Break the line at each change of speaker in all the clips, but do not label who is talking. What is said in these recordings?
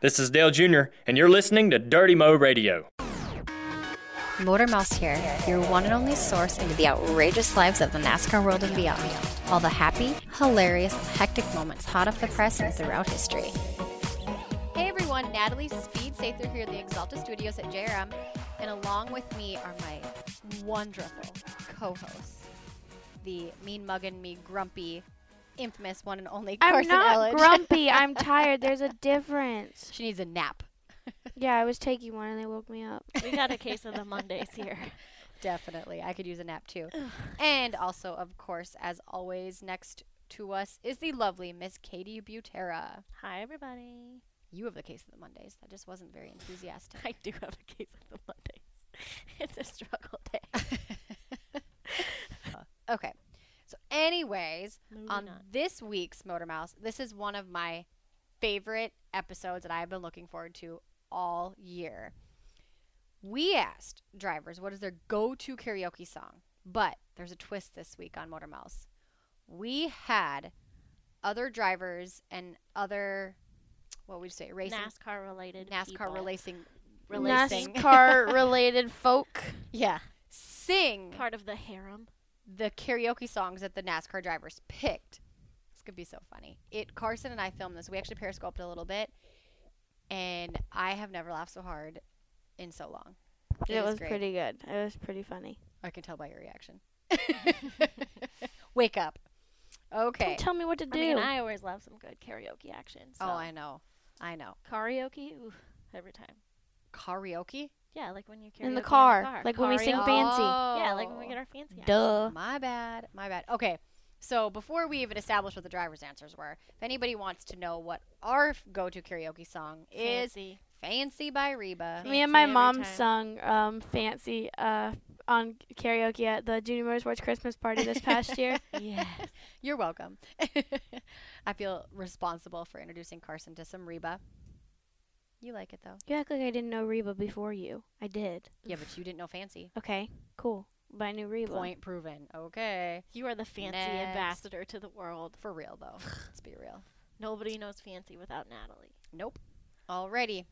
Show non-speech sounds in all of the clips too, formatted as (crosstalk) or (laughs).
This is Dale Jr., and you're listening to Dirty Mo Radio.
Motor Mouse here, your one and only source into the outrageous lives of the NASCAR world and beyond. All the happy, hilarious, and hectic moments hot off the press and throughout history. Hey everyone, Natalie Speed Sather here at the Exalta Studios at JRM, and along with me are my wonderful co-hosts, the mean muggin, me grumpy, infamous one and only
I'm
Carson
not
Elledge.
grumpy. (laughs) I'm tired. There's a difference.
(laughs) she needs a nap,
Yeah, I was taking one and they woke me (laughs) up.
We got a case of the Mondays here.
definitely. I could use a nap too. and also, of course, as always, next to us is the lovely Miss Katie Butera.
Hi, everybody.
You have the case of the Mondays. That just wasn't very enthusiastic.
(laughs) I do have a case of the Mondays. It's a struggle day.
(laughs) okay. So, anyways,
Moving
on
on.
this week's Motor Mouse, this is one of my favorite episodes that I've been looking forward to all year. We asked drivers what is their go to karaoke song, but there's a twist this week on Motor Mouse. We had other drivers and other, what would you say, racing,
NASCAR related.
NASCAR racing,
(laughs)
racing, (laughs)
NASCAR related folk.
yeah, sing
Part of the harem.
the karaoke songs that the NASCAR drivers picked. This could be so funny. It Carson and I filmed this. We actually periscoped a little bit, and I have never laughed so hard in so long.
It,
is
was
great.
pretty good. It was pretty funny.
I can tell by your
(laughs)
reaction. Wake up. Okay.
Don't tell me what to
I mean,
do.
I always love some good karaoke action. So.
Oh, I know. I know.
Karaoke? Ooh, every time.
Karaoke.
Yeah, like when you karaoke
In the
in
car, like when we sing
Karaoke.
fancy.
Yeah, like when we get our fancy. on.
Duh.
Oh, My bad. My bad. Okay. So before we even established what the drivers' answers were, if anybody wants to know what our go-to karaoke song is,
fancy. (laughs)
"Fancy" by Reba.
Me and
Fancy
my
every
mom
time.
sung um, Fancy uh, on karaoke at the Junior Motorsports Christmas party this past year.
yes.
You're welcome. (laughs) I feel responsible for introducing Carson to some Reba. You like it though.
(laughs) You act like I didn't know Reba before you. I did.
Yeah, but you didn't know fancy.
Okay, cool. But I knew Reba.
Point proven. Okay.
You are the fancy
Next.
ambassador to the world.
For real though. Let's be real.
Nobody knows fancy without Natalie.
Nope. Alrighty.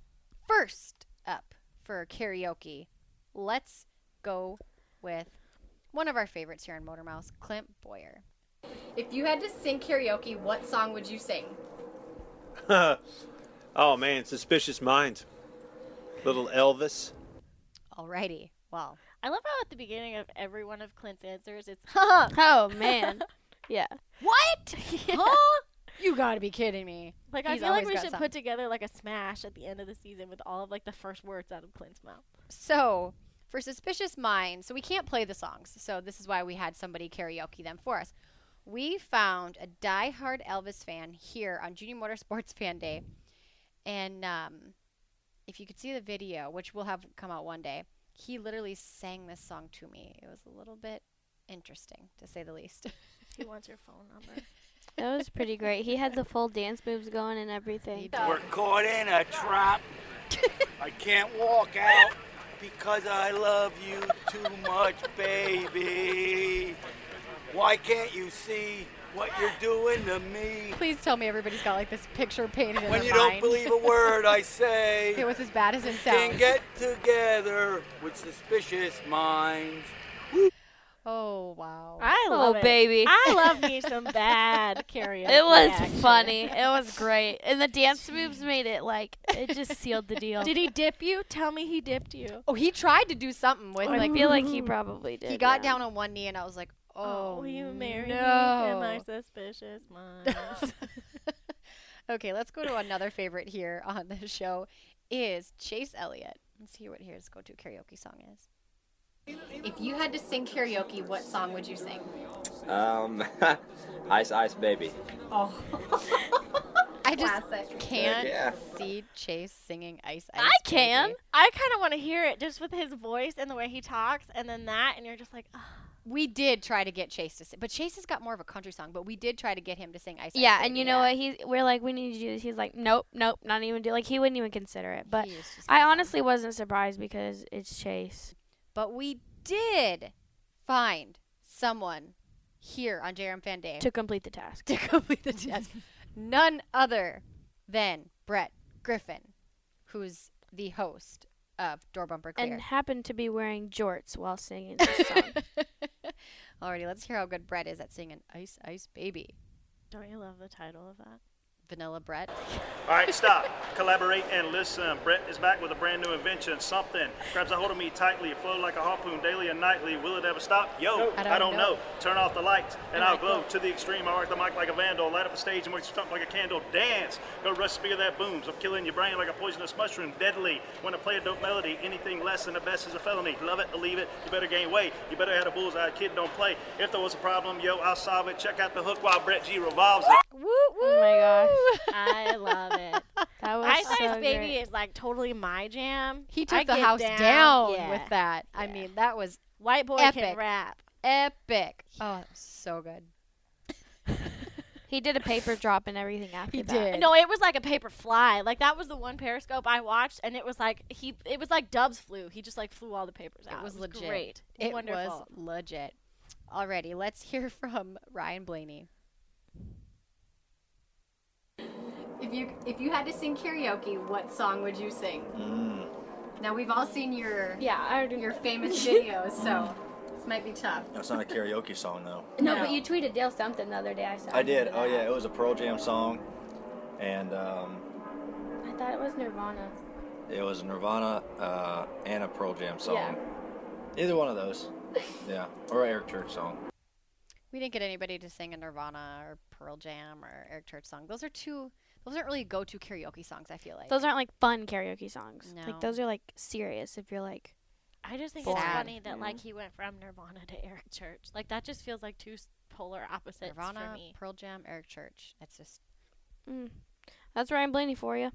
First up for karaoke, let's go with one of our favorites here on Motor Mouse, Clint Boyer. If you had to sing karaoke, what song would you sing?
(laughs) Oh man, suspicious minds. Little Elvis.
Alrighty. Well, (laughs)
I love how at the beginning of every one of Clint's answers, it's
Oh (laughs) man. yeah.
(laughs) what?
Yeah.
Huh? You gotta be kidding me.
Like
He's
I feel like
always
we
got
should
something.
put together like a smash at the end of the season with all of like the first words out of Clint's mouth.
So, for Suspicious Minds, so we can't play the songs. So, this is why we had somebody karaoke them for us. We found a diehard Elvis fan here on Junior Motorsports Fan Day. And um, if you could see the video, which will have come out one day, he literally sang this song to me. It was a little bit interesting, to say the least. (laughs)
He wants your phone number.
That was pretty great. He had the full dance moves going and everything.
We're caught in a trap. I can't walk out because I love you too much, baby. Why can't you see what you're doing to me?
Please tell me everybody's got like this picture painted in
When
their
you
mind.
don't believe a word I
(laughs) it
say,
was as bad as it
can
sounds.
get together with suspicious minds.
Oh, wow.
I
Oh
love it.
baby.
I love me some bad karaoke.
It was
action.
funny. It was great. And the dance moves made it like it just
(laughs)
sealed the deal.
Did he dip you? Tell me he dipped you.
Oh, he tried to do something with
I
like
feel
(laughs)
like he probably did.
He got
yeah.
down on one knee, and I was like, "Oh,
will you marry me? Am I
no.
suspicious, mom?
okay, let's go to another favorite here (laughs) on the show. Is Chase Elliott? Let's hear what his go-to karaoke song is. If you had to sing karaoke, what song would you sing?
Um, (laughs) Ice Ice Baby.
Oh, (laughs) I just can't see Chase singing "Ice Ice."
I can.
Baby.
I kind of want to hear it just with his voice and the way he talks, and then that, and you're just like, "Ugh."
We did try to get Chase to sing, but Chase has got more of a country song. But we did try to get him to sing "Ice." Ice
Yeah, and
Baby.
you know what? He's we're like we need to do this. He's like nope, nope, not even do. Like he wouldn't even consider it. But
He is just
I honestly wasn't surprised because it's Chase.
But we did find someone here on JRM Fan (laughs) Day
To complete the task.
to complete the task. None other than Brett Griffin. who's the host of Door Bumper Clear.
and happened to be wearing jorts
(laughs)
while singing this song.
Alrighty, let's hear how good Brett is at singing Ice Ice Baby.
Don't you love the title of that?
Vanilla Brett.
All right, stop. Collaborate and listen. Brett is back with a brand new invention, something. Grabs a hold of me tightly, it flow like a harpoon daily and nightly. Will it ever stop? Yo,
I
I
don't
don't,
know.
know. Turn off the lights and I'll
right,
glow to the extreme. I rock the mic like a vandal. Light up a stage and make you stomp like a candle. Dance. Go rush the speed of that booms. I'm killing your brain like a poisonous mushroom. Deadly. When I play a dope melody, anything less than the best is a felony. Love it, believe it. You better gain weight. You better have a bullseye. Kid, don't play. If there was a problem, yo, I'll solve it. Check out the hook while Brett G revolves it.
Woo
oh my gosh,
I love it.
that was
Ice
so
Ice Baby
great.
is like totally my jam.
He
I
took the
get
house down,
down, yeah,
with that. I mean, that was
White boy
Epic.
can rap.
epic. Oh, that was so good.
He did a paper drop and everything after
He
that.
did.
No, it was like a paper fly. Like that was the one Periscope I watched, and it was like he. It was like Dubs flew. He just like flew all the papers out.
It was legit.
Great.
It
Wonderful.
was legit. Alrighty, let's hear (laughs) from Ryan Blaney. If you if you had to sing karaoke, what song would you sing? Now we've all seen your
Yeah, I already
your
(laughs)
famous videos, so this might be tough.
That's not a karaoke song, though.
No, but you tweeted Dale something the other day. I saw.
I did. Oh yeah, it was a Pearl Jam song, and um,
I thought it was Nirvana.
it was a Nirvana uh, and a Pearl Jam song.
Yeah.
Either one of those. Yeah, or an Eric Church song.
We didn't get anybody to sing a Nirvana or Pearl Jam or Eric Church song. Those are two. Those aren't really go-to karaoke songs. I feel like.
Those aren't like fun karaoke songs.
No.
Like those are like serious. If you're like,
I just think it's
Sad.
funny that like he went from Nirvana to Eric Church. Like that just feels like two s- polar opposites
Nirvana,
for me.
Pearl Jam, Eric Church. That's just
mm, that's Ryan Blaney for you.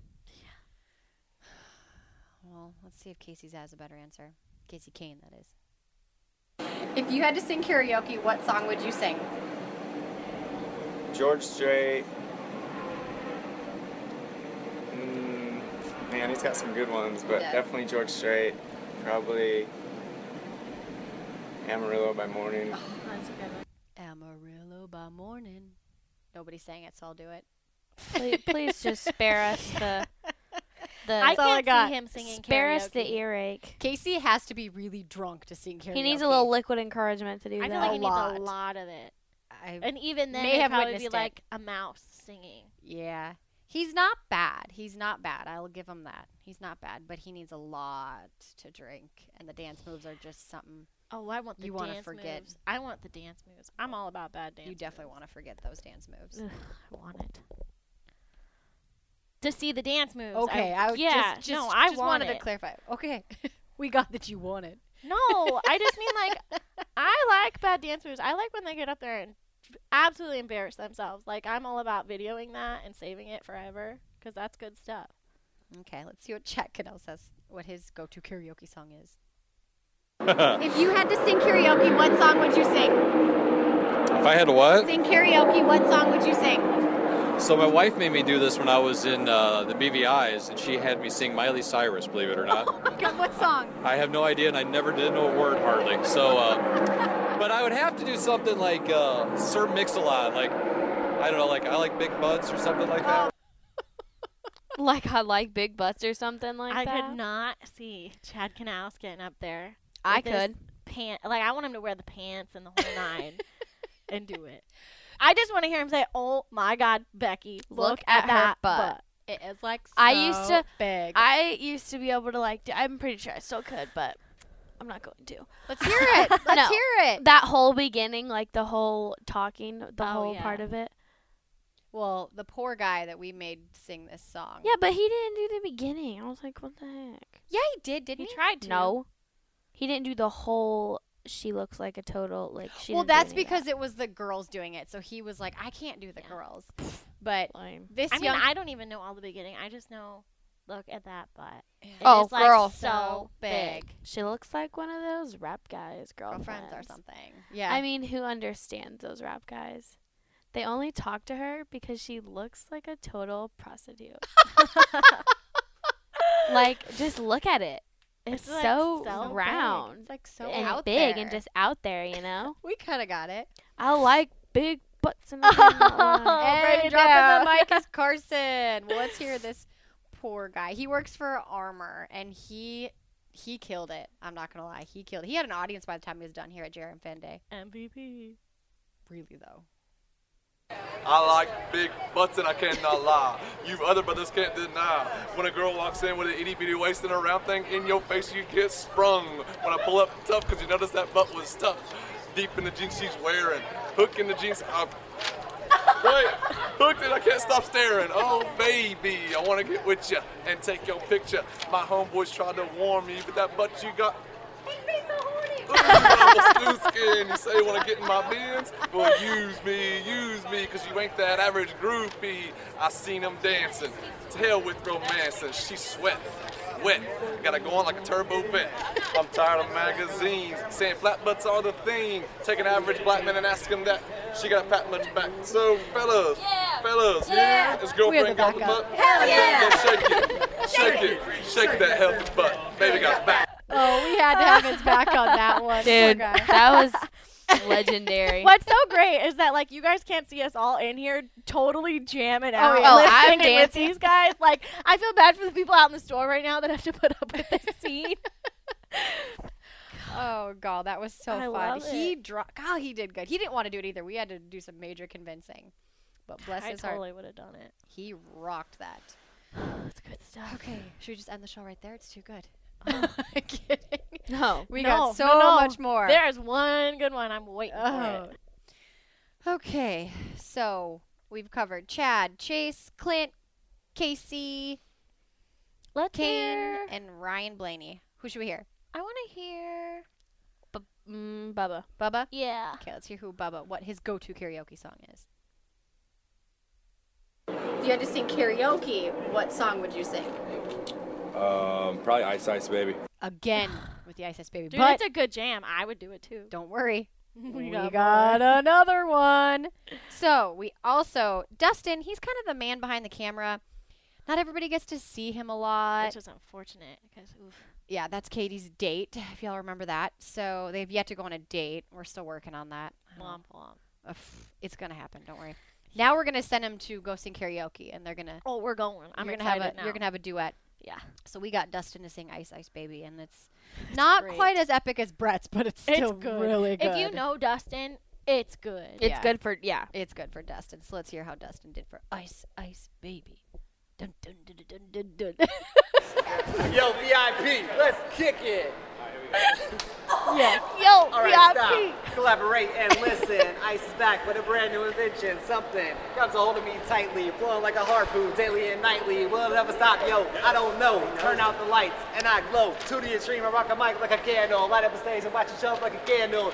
well. Let's see if Casey's has a better answer. Casey Kane, that is. If you had to sing karaoke, what song would you sing?
George Strait. Mm, man, he's got some good ones, but
Yeah.
definitely George Strait. Probably Amarillo by Morning.
Amarillo by morning. Nobody sang it, so I'll do it.
(laughs)
please, please just spare us the the.
I
spare
can't see him singing
us the
karaoke.
earache.
Casey has to be really drunk to sing karaoke.
He needs a little liquid encouragement to do
I feel
that.
like he needs
lot.
a lot of it.
I-
And even then,
May
it'd
have
probably be
witnessed it.
like a mouse singing.
Yeah. He's not bad. He's not bad. I'll give him that. He's not bad, but he needs a lot to drink, and the dance moves are just something
Oh, I want the
You wanna
dance
forget.
moves. I want the dance moves. I'm all about bad dance.
you definitely want to forget those dance moves.
Ugh, I want it. To see the dance moves.
Okay, I, was
yeah.
just,
no,
just-
I
just
want
wanted to (laughs)
it.
clarify. Okay, we got that you want it.
No, I just mean
(laughs)
like I like bad dance moves. I like when they get up there and absolutely embarrass themselves. Like I'm all about videoing that and saving it forever because that's good stuff.
Okay, let's see what Chad Cadell says. What his go-to karaoke song
(laughs)
is. if you had to sing karaoke, what song would you sing?
If I had what?
Sing karaoke, what song would you sing? (laughs)
So my wife made me do this when I was in uh, the BVI's, and she had me sing Miley Cyrus. Believe it or not,
Oh what song?
I have no idea, and I never did know a word hardly. So, uh, but I would have to do something like uh, Sir Mix-a-Lot, like I don't know, like I like big butts or something like that.
(laughs) like I like big butts or something like
I
that.
could not see Chad Canals getting up there.
I
with his
could.
Pant like I want him to wear the pants and the whole nine
(laughs)
and do it. I just want to hear him say, "Oh my God, Becky,
Look
look,
at
at,
her
that
butt."
It is like
I used
so
to-
big.
I used to be able to like. Do, I'm pretty sure I still could, but I'm not going to.
Let's hear it. Let's
No.
hear it.
That whole beginning, like the whole talking, the
Oh,
whole
yeah.
part of it.
Well, the poor guy that we made sing this song.
Yeah, but he didn't do the beginning. I was like, what the heck?
Yeah, he did, didn't
he
he?
tried to.
Mm-hmm. No, he didn't do the whole. She looks like a total like she.
well,
didn't do
that's
any of
because
that.
it was the girls doing it, so he was like, "I can't do the girls." But
Lame.
this
I mean,
young,
I don't even know all the beginning. I just know, look at that butt. It
Oh,
is, like,
girl.
so big.
she looks like one of those rap guys, girlfriends,
girlfriends or something. Yeah,
I mean, who understands those rap guys? They only talk to her because she looks like a total prostitute.
(laughs)
like, just look at it. It's,
like,
so,
so big.
round
it's like so
and
out
big
there.
and just out there, you know?
we kind of got it.
I like big
(laughs)
Oh,
butts and I do not like-
(laughs)
and dropping the mic is Carson. Well, let's hear this poor guy. He works for Armor, and he he killed it. I'm not gonna lie, he killed. He had an audience by the time he was done here at Jerem Fan Day.
MVP.
Really though.
I like big butts and I cannot lie. You other brothers can't deny. When a girl walks in with an itty bitty waist and a round thing in your face, you get sprung. When I pull up tough, cause you notice that butt was tough. Deep in the jeans she's wearing. Hook in the jeans. I... Wait, hooked it, I can't stop staring. Oh, baby, I wanna get with you and take your picture. My homeboys tried to warn me, but that butt you got. Blue skin, you say you wanna get in my bins? Well, use me, use me, cause you ain't that average groupie. I seen him dancing, tail with romance, and she sweat, wet. Gotta go on like a turbo vet. I'm tired of magazines, saying flat butts are the thing. Take an average black man and ask him that. She got a pat much back. So, fellas, fellas,
Yeah. We're
his
the
girlfriend got the
backup.
butt.
Hell yeah.
Now Shake it,
(laughs)
shake it, shake that healthy butt. Baby got back.
Oh, we had to have his back on
(laughs)
that one,
Dude,
Poor guy.
that was legendary.
What's so great is that like you guys can't see us all in here totally jamming
Oh,
out.
yeah. Oh,
listening
I'm
with
dancing.
these guys. Like I feel bad for the people out in the store right now that have to put up with this scene.
Oh god, that was so
I
fun.
love
he dro- God, he did good. He didn't want to do it either. We had to do some major convincing, but bless
I
his
totally
heart,
would have done it.
he rocked that.
That's good stuff.
Okay, should we just end the show right there? It's too good. Oh, I'm kidding.
No,
we
No, no,
got so
no.
much more.
There is one good one. I'm waiting for it.
Okay, so we've covered Chad, Chase, Clint, Casey,
Let's
Kane,
hear.
and Ryan Blaney. Who should we hear?
I want to hear.
Bu-
mm, Bubba.
Bubba.
Yeah.
Okay, let's hear who Bubba. What his go-to karaoke song is.
If you had to sing karaoke, what song would you sing?
Um, probably Ice Ice Baby.
(sighs)
Again with the Ice Ice Baby,
Dude,
but
it's a good jam. I would do it too.
(laughs)
don't worry.
we
We
got,
got
more.
another one. So we also Dustin. He's kind of the man behind the camera. Not everybody gets to see him a lot.
Which is unfortunate because oof.
yeah, that's Katie's date. (laughs) If y'all remember that. So they've yet to go on a date. We're still working on that. I don't know.
Womp womp.
Uh, pff, It's gonna happen. Don't worry. Now we're gonna send him to go sing karaoke, and they're gonna.
Oh, we're going. I'm
you're gonna have
excited
a
now.
you're gonna have a duet.
Yeah.
So we got Dustin to sing Ice Ice Baby, and
(laughs)
it's not
great.
quite as epic as Brett's, but it's
It's
still
good.
really good.
If you know Dustin, it's good.
It's
Yeah.
good for yeah.
It's good for Dustin. So let's hear how Dustin did for Ice Ice Baby. Dun dun dun dun dun dun. dun. (laughs)
Yo, VIP, let's kick it.
yeah. Yo,
All right,
(laughs)
stop. Collaborate and listen. Ice is back with a brand new invention. Something grabs a hold of me tightly, flowing like a harpoon daily and nightly. Will it ever stop? Yo, I don't know. Turn out the lights and I glow. To the extreme, I rock a mic like a candle. Light up the stage and watch it show up like a candle.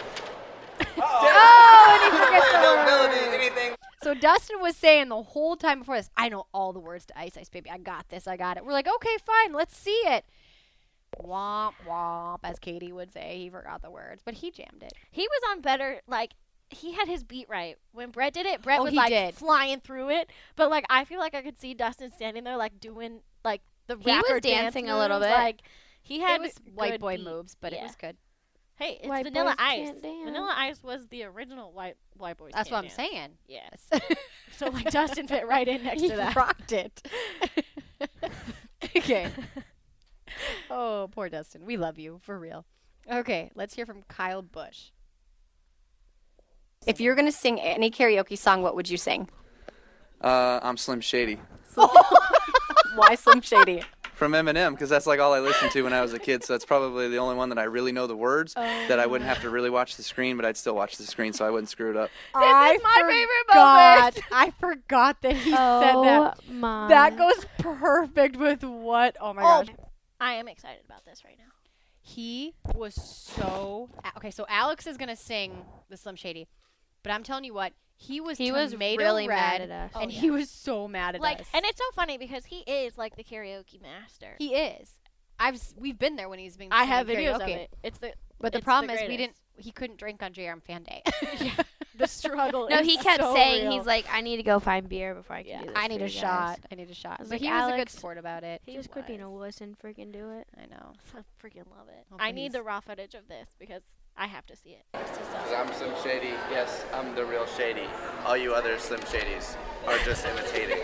Oh, and he forgets (laughs) the
Availability,
words.
anything.
So Dustin was saying the whole time before this, I know all the words to Ice Ice Baby. I got this. I got it. We're like, okay, fine, let's see it. Womp womp, as Katie would say, he forgot the words, but he jammed it.
He was on better like he had his beat right. When Brett did it, Brett
Oh,
was
he
like
did.
flying through it. But like I feel like I could see Dustin standing there like doing like the
He
rapper
was
dance
dancing a little
moves,
bit.
Like he
it
had
was white
good
boy
beat.
moves, but it
Yeah.
was good.
Hey, it's
White
Vanilla
boys
Ice.
can't dance.
Vanilla Ice was the original white white boys.
That's
can't
what I'm
dance.
saying.
Yes.
(laughs)
so like Dustin fit right in next
he (laughs)
to that.
rocked
(laughs)
it. okay. Oh, poor Dustin. We love you for real. Okay, let's hear from Kyle Bush.
If you were gonna sing any karaoke song, what would you sing?
Uh, I'm Slim Shady
Why
(laughs)
Slim Shady?
from Eminem because that's like all I listened to when I was a kid. So that's probably the only one that I really know the words that I wouldn't have to really watch the screen, but I'd still watch the screen so I wouldn't screw it up.
This is my favorite moment. I forgot that (laughs) he said that.
Oh my.
That goes perfect with what? Oh my
Oh,
gosh.
I am excited about this right now.
He was so okay. So Alex is gonna sing the Slim Shady, but I'm telling you what, he was
He was
tomato
really
red,
mad at us.
and
Oh,
he
yeah.
was so mad at
Like,
us.
and it's so funny because he is like the karaoke master.
he is. I've s- we've been there when he's been.
I
singing
have videos of
karaoke.
it. It's the
But the
it's
problem is we
greatest.
didn't. He couldn't drink on JRM Fan (laughs) Day.
The (laughs) struggle.
No,
is
he kept
so
saying
real.
he's like, I need to go find beer before I can do this.
I need
for
a
you guys."
shot. I need a shot.
I was
But
like,
he was a good
"Alex,
sport about it.
He just quit being a wuss and freaking do it.
I know.
I freaking love it.
Oh,
I need
please.
the raw footage of this because I have to see it. It's just so-
I'm Slim Shady. Yes, I'm the real
(laughs)
Shady. All you other Slim Shadys are just imitating.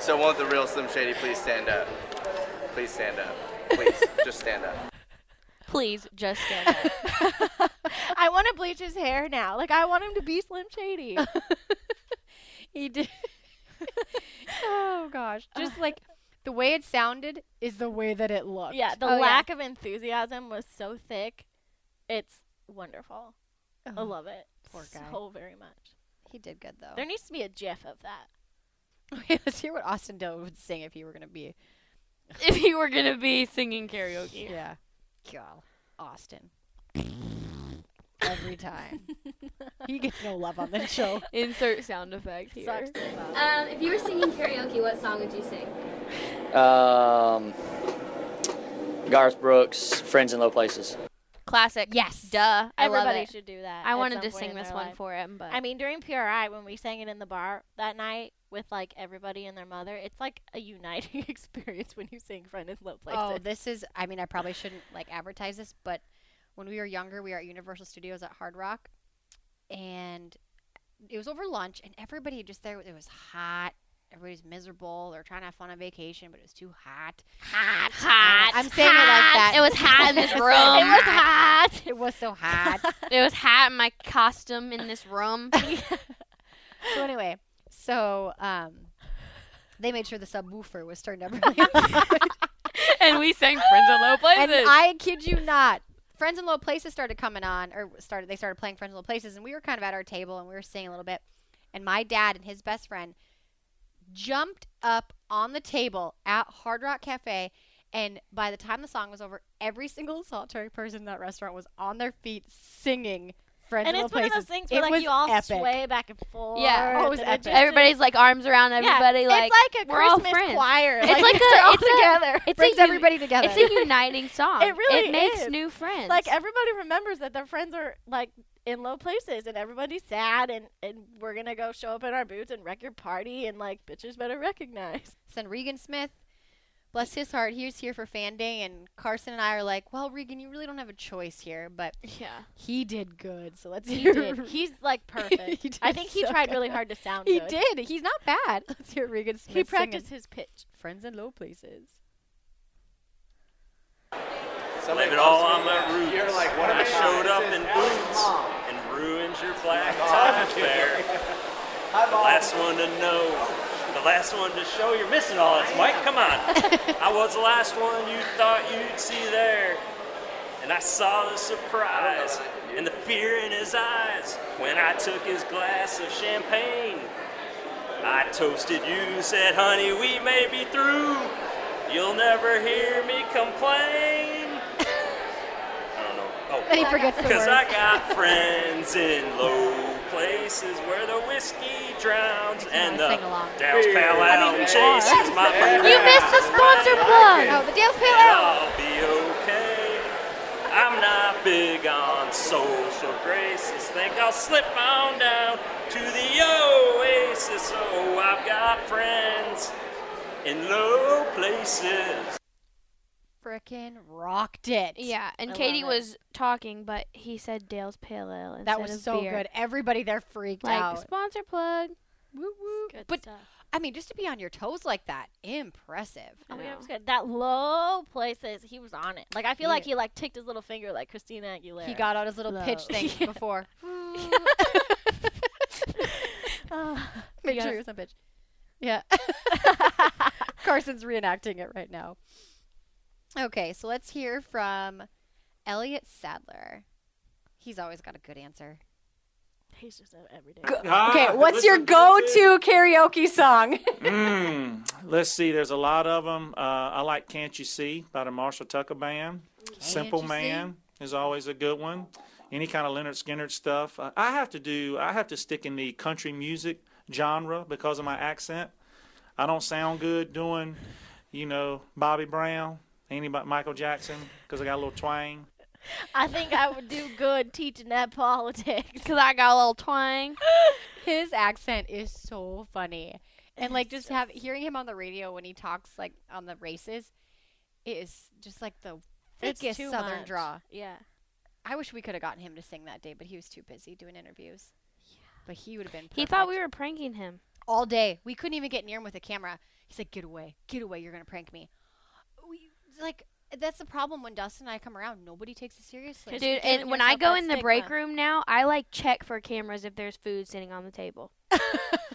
So won't the real Slim Shady please stand up? Please stand up. Please, just stand up.
Please
(laughs)
just stand up.
I want to bleach his hair now. Like I want him to be Slim Shady.
(laughs) he did. oh (laughs) gosh, just like the way it sounded is the way that it looked. Oh,
Oh, Yeah, the lack of enthusiasm was so thick. It's wonderful. I
Oh,
love it
poor guy.
so very much.
He did good though.
There needs to be a GIF of that.
Okay, (laughs) let's hear what Austin Doe would sing if he were gonna be.
if you were gonna be singing karaoke.
Yeah. God, Austin. Every time. (laughs) he gets no love on this show.
Insert sound effect here.
Um, if you were singing karaoke, what song would you sing?
Um, Garth Brooks, Friends in Low Places.
Classic. Yes. Duh. I love
Everybody
it.
should do that.
I
at
wanted
some
to
point
sing
in
this
their
one
life.
for him, but
I mean, during PRI, when we sang it in the bar that night with like everybody and their mother, it's like a uniting (laughs) experience when you sing "Friend in Low Places."
Oh, this is. I mean, I probably shouldn't like advertise this, but when we were younger, we were at Universal Studios at Hard Rock, and it was over lunch, and everybody just there. It was hot. Everybody's miserable. They're trying to have fun on vacation, but it was too hot. Hot,
hot,
I'm saying it like
hot.
that.
It was hot in this
It was
room. It was
hot. It was so
(laughs)
hot.
it was hot in my costume in this room.
so anyway, so um, they made sure the subwoofer was
(laughs)
turned up really
and we sang Friends in Low Places.
And I kid you not. Friends in Low Places started coming on, or started they started playing Friends in Low Places, and we were kind of at our table and we were singing a little bit. And my dad and his best friend jumped up on the table at Hard Rock Cafe, and by the time the song was over, every single solitary person in that restaurant was on their feet singing Friends
and
in
it's
Low
one of
Places.
those things where
It
like
was
you all
epic.
sway back and forth.
Yeah.
and Oh, it just
Everybody's
is-
like arms around
Yeah,
everybody. like
it's like a
we're
Christmas
all friends.
choir.
It's
like,
like a
they're all
it's a-
together.
It's
Brings
a uni-
everybody together.
(laughs) It's a uniting song.
It really
it makes
is.
new friends.
Like everybody remembers that their friends are like in low places and everybody's sad and, and we're gonna go show up in our boots and wreck your party and like bitches better recognize.
Send Regan Smith. Bless his heart, he was here for Fan Day, and Carson and I are like, well, Regan, you really don't have a choice here, but
yeah,
he did good. So let's
(laughs) He
hear.
did. He's like perfect.
He did
I think he
so
tried
good.
really hard to sound
(laughs) He
good.
did. He's not bad. (laughs) Let's hear Regan Smith.
He practiced
singing.
his pitch.
Friends in Low Places.
Blame it all on my roots. I showed up in boots and ruined your black tie affair. The
(laughs)
last one to know, the last one to show you're missing all this, Mike. Come on. I was the last one you thought you'd see there. And I saw the surprise and the fear in his eyes when I took his glass of champagne. I toasted you, said, honey, we may be through. You'll never hear me complain. I don't know. Oh,
And he forgets
(laughs)
the
Because I
words.
got friends in low places where the whiskey drowns and the
sing along.
Dale's Pal Ale chases my
You missed the
(laughs)
sponsor plug.
Oh, the Dale's Pale
and
Ale.
I'll be okay. I'm not big on social graces. Think I'll slip on down to the oasis. Oh, I've got friends in low places.
Frickin' rocked it.
yeah. And
I love
Katie
it.
was talking, but he said Dale's Pale Ale instead
That was
of
so
beer.
good. Everybody there freaked
Like
out.
sponsor plug.
Woo woo.
Good
But
stuff.
I mean, just to be on your toes like that, impressive.
Oh my god, it (laughs)
(laughs)
was good. That low places, he was on it. Like I feel
He-
like he like ticked his little finger like Christina Aguilera.
He got out his little pitch
Low.
(laughs) thing before. (laughs) Make sure
gotta-
you're some bitch. (laughs) Yeah. Carson's reenacting it right now. Okay, so let's hear from Elliot Sadler. He's always got a good answer.
He's just every day.
okay, what's your go-to karaoke song?
mm, let's see. There's a lot of them. Uh, I like "Can't You See" by the Marshall Tucker Band. "Simple
You
Man" is always a good one. Any kind of Leonard Skinner stuff. Uh, I have to do. I have to stick in the country music genre because of my accent. I don't sound good doing, you know, Bobby Brown, anybody, Michael Jackson, because I got a little twang.
I think I would do
(laughs)
good teaching that politics. (laughs)
Cause I got a little twang.
His accent is so funny. And like just have hearing him on the radio when he talks like on the races, it is just like the
It's
thickest
too
southern
much.
draw.
Yeah.
I wish we could have gotten him to sing that day, but he was too busy doing interviews. But he would have been.
He thought we were pranking him.
all day. We couldn't even get near him with a camera. He's like, get away, get away, you're going to prank me. We, like, that's the problem when Dustin and I come around. Nobody takes it seriously.
Dude, and when I go in the break room now, I like check for cameras if there's food sitting on the table.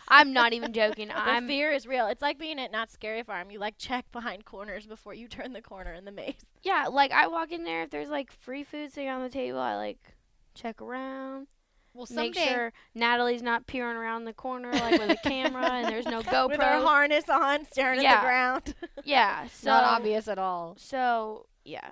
I'm not even joking.
The
I'm
fear is real. It's like being at Not Scary Farm. You like check behind corners before you turn the corner in the maze.
yeah, like I walk in there if there's like free food sitting on the table, I like check around.
Well,
make
someday-
sure Natalie's not peering around the corner like with a camera and there's no GoPro.
With her harness on, staring at
Yeah.
the ground.
Yeah, so
Not obvious at all. (laughs)
So yeah.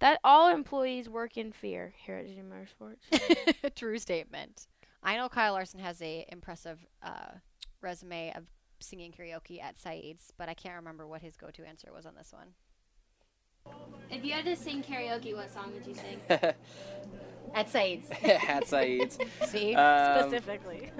That all employees work in fear here at GM Motorsports.
True statement. I know Kyle Larson has a impressive uh, resume of singing karaoke at Saeed's, but I can't remember what his go-to answer was on this one.
If you had to sing karaoke, what song would you sing?
At Saeed's. Uh,
At Saeed's.
(laughs) See?
Um,
(laughs) Specifically.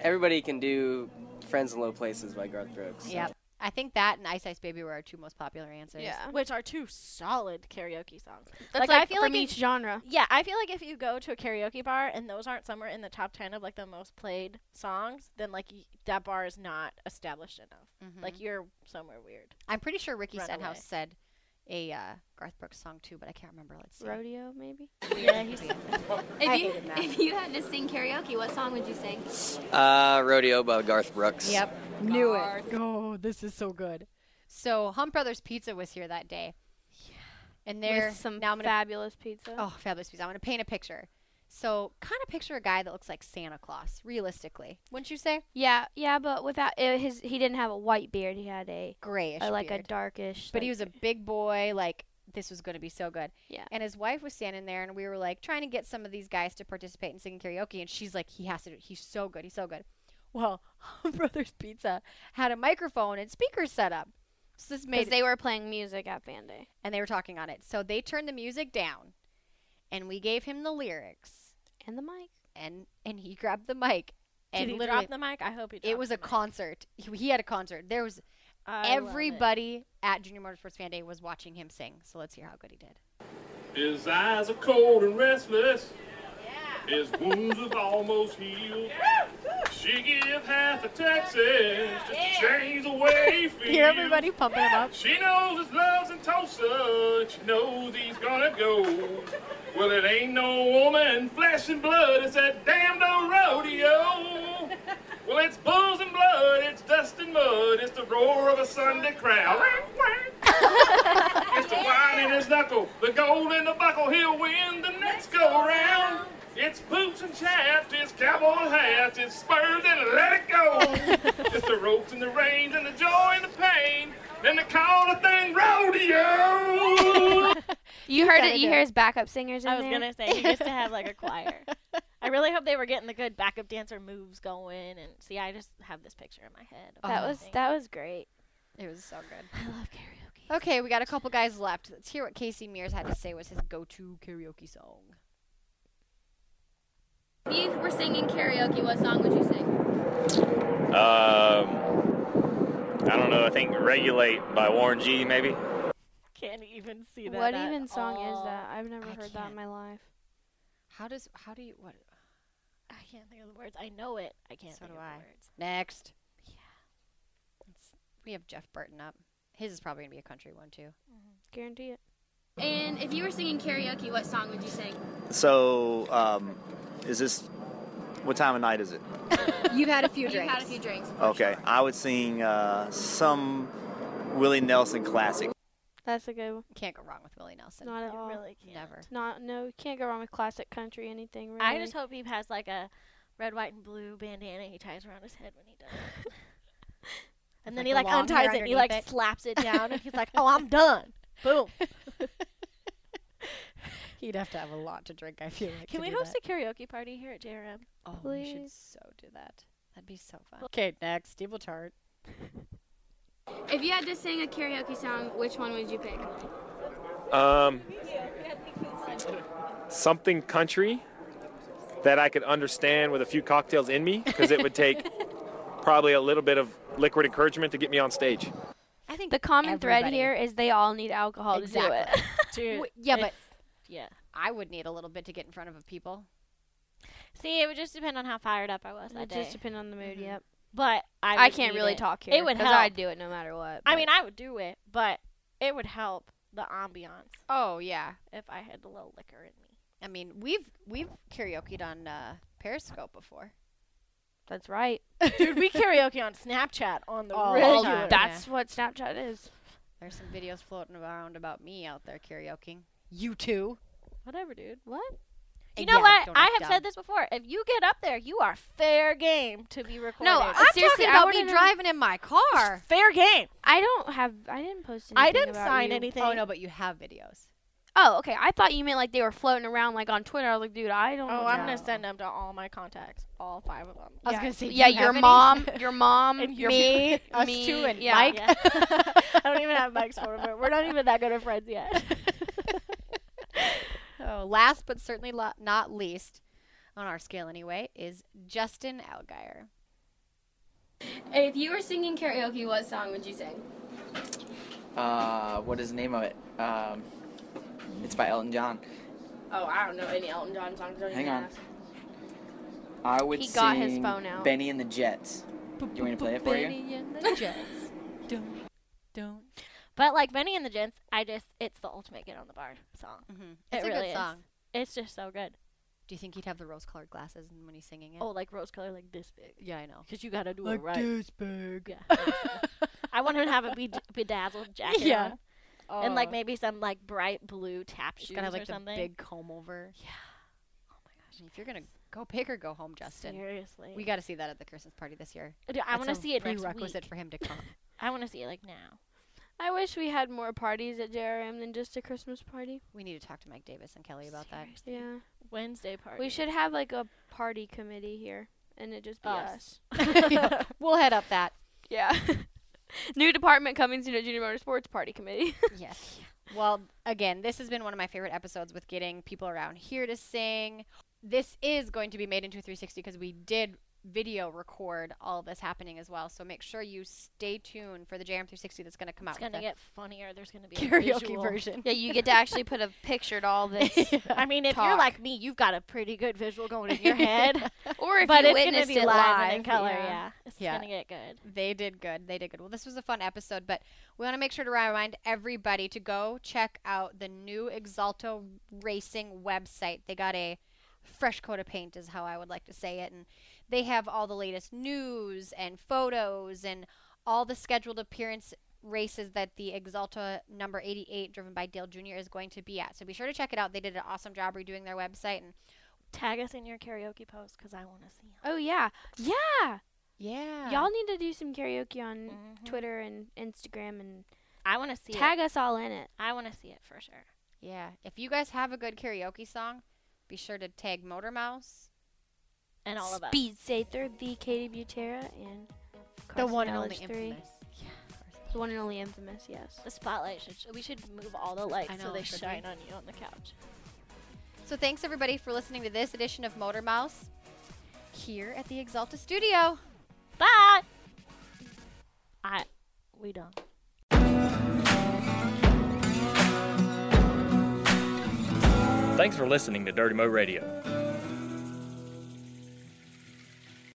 Everybody can do Friends in Low Places by Garth Brooks.
Yep. I think that and Ice Ice Baby were our two most popular answers.
Which are two solid karaoke songs.
That's like from
if-
each genre.
Yeah, I feel like if you go to a karaoke bar and those aren't somewhere in the top 10 of like the most played songs, then like y- that bar is not established enough. Like you're somewhere weird.
I'm pretty sure Ricky
Runaway.
Stenhouse said a uh, Garth Brooks song too, but I can't remember. Let's see.
Rodeo, maybe?
Yeah, he's. (laughs)
I
If you,
hated that.
if (laughs) you had to sing karaoke, what song would you sing?
Uh, Rodeo by Garth Brooks.
Yep. Knew it. Oh, this is so good. So Hump Brothers Pizza was here that day. Yeah. And
With
there
some
now I'm gonna,
fabulous pizza.
Oh, fabulous pizza. I'm gonna paint a picture. So kind of picture a guy that looks like Santa Claus, realistically. Wouldn't you say?
Yeah, yeah, but without uh, his, he didn't have a white beard. He had a
Grayish.
a, like a
beard.
darkish.
But he was a big boy, like this was gonna be so good.
Yeah.
And his wife was standing there and we were like trying to get some of these guys to participate in singing karaoke and she's like, He has to do it. he's so good, he's so good. Well, (laughs) Hump Brothers Pizza had a microphone and speakers set up. So this made
because they were playing music at Fan Day.
and they were talking on it. So they turned the music down, and we gave him the lyrics
and the mic,
and and he grabbed the mic
Did
and
he
literally
drop the mic? I hope he
it was a concert. He, he had a concert. There was everybody at Junior Motorsports Fan Day was watching him sing. So let's hear how good he did.
His eyes are cold and restless. His wounds have almost healed. She give half of Texas just to change the way
(laughs)
he
(laughs)
feels.
Hear everybody pumping him up.
She knows his love's in Tulsa. and She knows he's gonna go. Well, it ain't no woman, flesh and blood. It's that damned old rodeo. Well, it's bulls and blood. It's dust and mud. It's the roar of a Sunday crowd. It's the wine in his knuckle, the gold in the buckle, he'll win the next go round. It's boots and chaps, it's cowboy hats, it's spurs and let it go. it's the ropes and the reins and the joy and the pain, and the call the thing rodeo.
You heard
kinda
it. You
did.
hear his backup singers. In
(laughs) I was
there.
gonna say he used to have like a (laughs) choir. I really hope they were getting the good backup dancer moves going. And see, I just have this picture in my head. of
That
the
was
thing.
that was great.
It was so good.
Oh,
(laughs)
I love karaoke.
Okay, we got a couple guys left. Let's hear what Casey Mears had to say was his go-to karaoke song.
If you were singing karaoke, what song would you sing?
Um, I don't know. I think "Regulate" by Warren G. Maybe.
Can't even see that.
What
at
even song is
all.
that? I've never
I
heard that in
can't.
my life.
How does how do you what?
I can't think of the words. I know it. I can't
So
think
do
of
I.
the words.
Next. Yeah. we have Jeff Burton up. His is probably gonna be a country one too.
Guarantee it.
And if you were singing karaoke, what song would you sing?
So, um, is this what time of night is it?
You've had a few
You've
drinks.
had a few drinks.
Okay, I would sing uh, some Willie Nelson classic.
That's a good one.
Can't go wrong with Willie Nelson.
Not at
You
all.
really can't.
Never.
Not no. You can't go wrong with classic country. Anything really.
I just hope he has like a red, white, and blue bandana he ties around his head when he does it. and then
like
he
the
like
long hair
unties it and he like
underneath it.
slaps it down and he's like, "Oh, I'm done." Boom.
(laughs) He'd have to have a lot to drink. I feel like.
Can
to
we
do
host
that.
a karaoke party here at JRM?
Oh, we should so do that. That'd be so fun. Okay, next, Steve Tart.
If you had to sing a karaoke song, which one would you pick?
Um, something country that I could understand with a few cocktails in me, because it
(laughs)
would take probably a little bit of liquid encouragement to get me on stage.
I think
the common thread
everybody-
here is they all need alcohol to do it.
Dude, yeah, but
yeah,
I would need a little bit to get in front of people.
See, it would just depend on how fired up I was
(laughs)
that
It
day.
just depend on the mood. Yep.
But I,
I
would
can't
need
really
it.
talk here.
It would
'cause
help.
I'd do it no matter what.
I
but-
mean, I would do it, but it would help the ambiance.
Oh yeah.
If I had a little liquor in me.
I mean, we've we've karaoke'd on uh, Periscope before.
That's
(laughs)
right.
Dude, we karaoke on Snapchat on the
Oh,
regular.
yeah. That's what Snapchat is.
There's some videos floating around about me out there karaokeing. You too.
Whatever, dude. What?
And
You know
yeah,
what?
don't
I
act
have said
dumb.
this before. If you get up there, you are fair game to be recorded.
No, I'm
Seriously,
talking
I
about
wouldn't
me
have-
driving in my car.
Fair game.
I don't have. I didn't post. Anything
I didn't
about
sign
you.
anything.
Oh no, but you have videos.
Oh, okay. I thought you meant like they were floating around like on Twitter. I was like, dude, I don't.
Oh,
know.
I'm gonna send them to all my contacts, all five of them.
I was gonna say, do Yeah, you your have any? (laughs) mom- your mom, And your- me, (laughs) me, us two, me, and yeah. Mike.
(laughs)
(laughs)
I don't even have Mike's phone number. We're not even that good of friends yet.
Oh, last but certainly lo- not least, on our scale anyway, is Justin Algeier.
If you were singing karaoke, what song would you sing?
Uh, what is the name of it? Um, it's by Elton John.
Oh, I don't know any Elton John songs. Don't
Hang
even
on.
ask.
I would
He got his
sing
phone out.
Benny and the Jets. Do you want me to play it for you?
don't, don't.
But like Benny and the Gents, I just it's the ultimate get on the bar song.
Mhm.
It
It's a good
really is.
song.
It's just so good.
Do you think he'd have the rose-colored glasses when he's singing it?
Oh, like rose color, like this big.
yeah, I know.
Cause you gotta do
Like
it right.
this
big. Yeah. I want him to have a bed-
(laughs)
bedazzled jacket
Yeah.
on, and like
Oh.
maybe some like bright blue tap shoes
She's gonna have
or
like the
something.
big comb over. Yeah. Oh my gosh! If you're gonna go big or go home, Justin.
Seriously.
We got to see that at the Christmas party this year.
Dude, I
That's
wanna
a
see it next
Prerequisite
week.
for him to
(laughs)
come.
I want to see it like now.
I wish we had more parties at JRM than just a Christmas party.
we need to talk to Mike Davis and Kelly about that.
Yeah.
Wednesday party.
(laughs)
We
(laughs)
should have like a party committee here, and it just be us.
(laughs)
Us. (laughs)
Yeah, we'll head up that.
Yeah. (laughs) New department coming soon at Junior Motorsports Party Committee.
yes. Well, again, this has been one of my favorite episodes with getting people around here to sing. This is going to be made into a 360 because we did video record all this happening as well. So make sure you stay tuned for the JM 360 that's going to come
It's
out. with
gonna
the-
get funnier. There's gonna be
karaoke
a visual.
version. (laughs)
Yeah, you get to actually put a picture to all (laughs) this.
I mean, if you're
talk.
like me, you've got a pretty good visual
(laughs)
going in your head.
Or if
but
you
it's gonna
witnessed
be
it
live and in
live,
color,
yeah.
yeah. It's
Yeah.
gonna get good.
They did good. They did good. Well, this was a fun episode, but we want to make sure to remind everybody to go check out the new Exalto Racing website. They got a fresh coat of paint, is how I would like to say it. And they have all the latest news and photos and all the scheduled appearance races that the Exalta number 88, driven by Dale Jr., is going to be at. So be sure to check it out. They did an awesome job redoing their website. And
Tag us in your karaoke post because I want to see. 'em.
Oh yeah, yeah.
yeah.
Y'all need to do some karaoke on Twitter and Instagram and
I want to see.
tag
it.
us all in it.
I want to see it for sure.
Yeah. If you guys have a good karaoke song, be sure to tag Motor Mouse.
And all of us.
Speed Sather, the Katie Butera, and
The
Carson
one and only
Ellis three.
infamous.
The one and only infamous. Yes.
The spotlight should. We should move all the lights
I know,
so they
should we?
shine on you on the couch.
So thanks everybody for listening to this edition of Motor Mouse here at the Exalta Studio.
Bye. I. We done.
Thanks for listening to Dirty Mo Radio.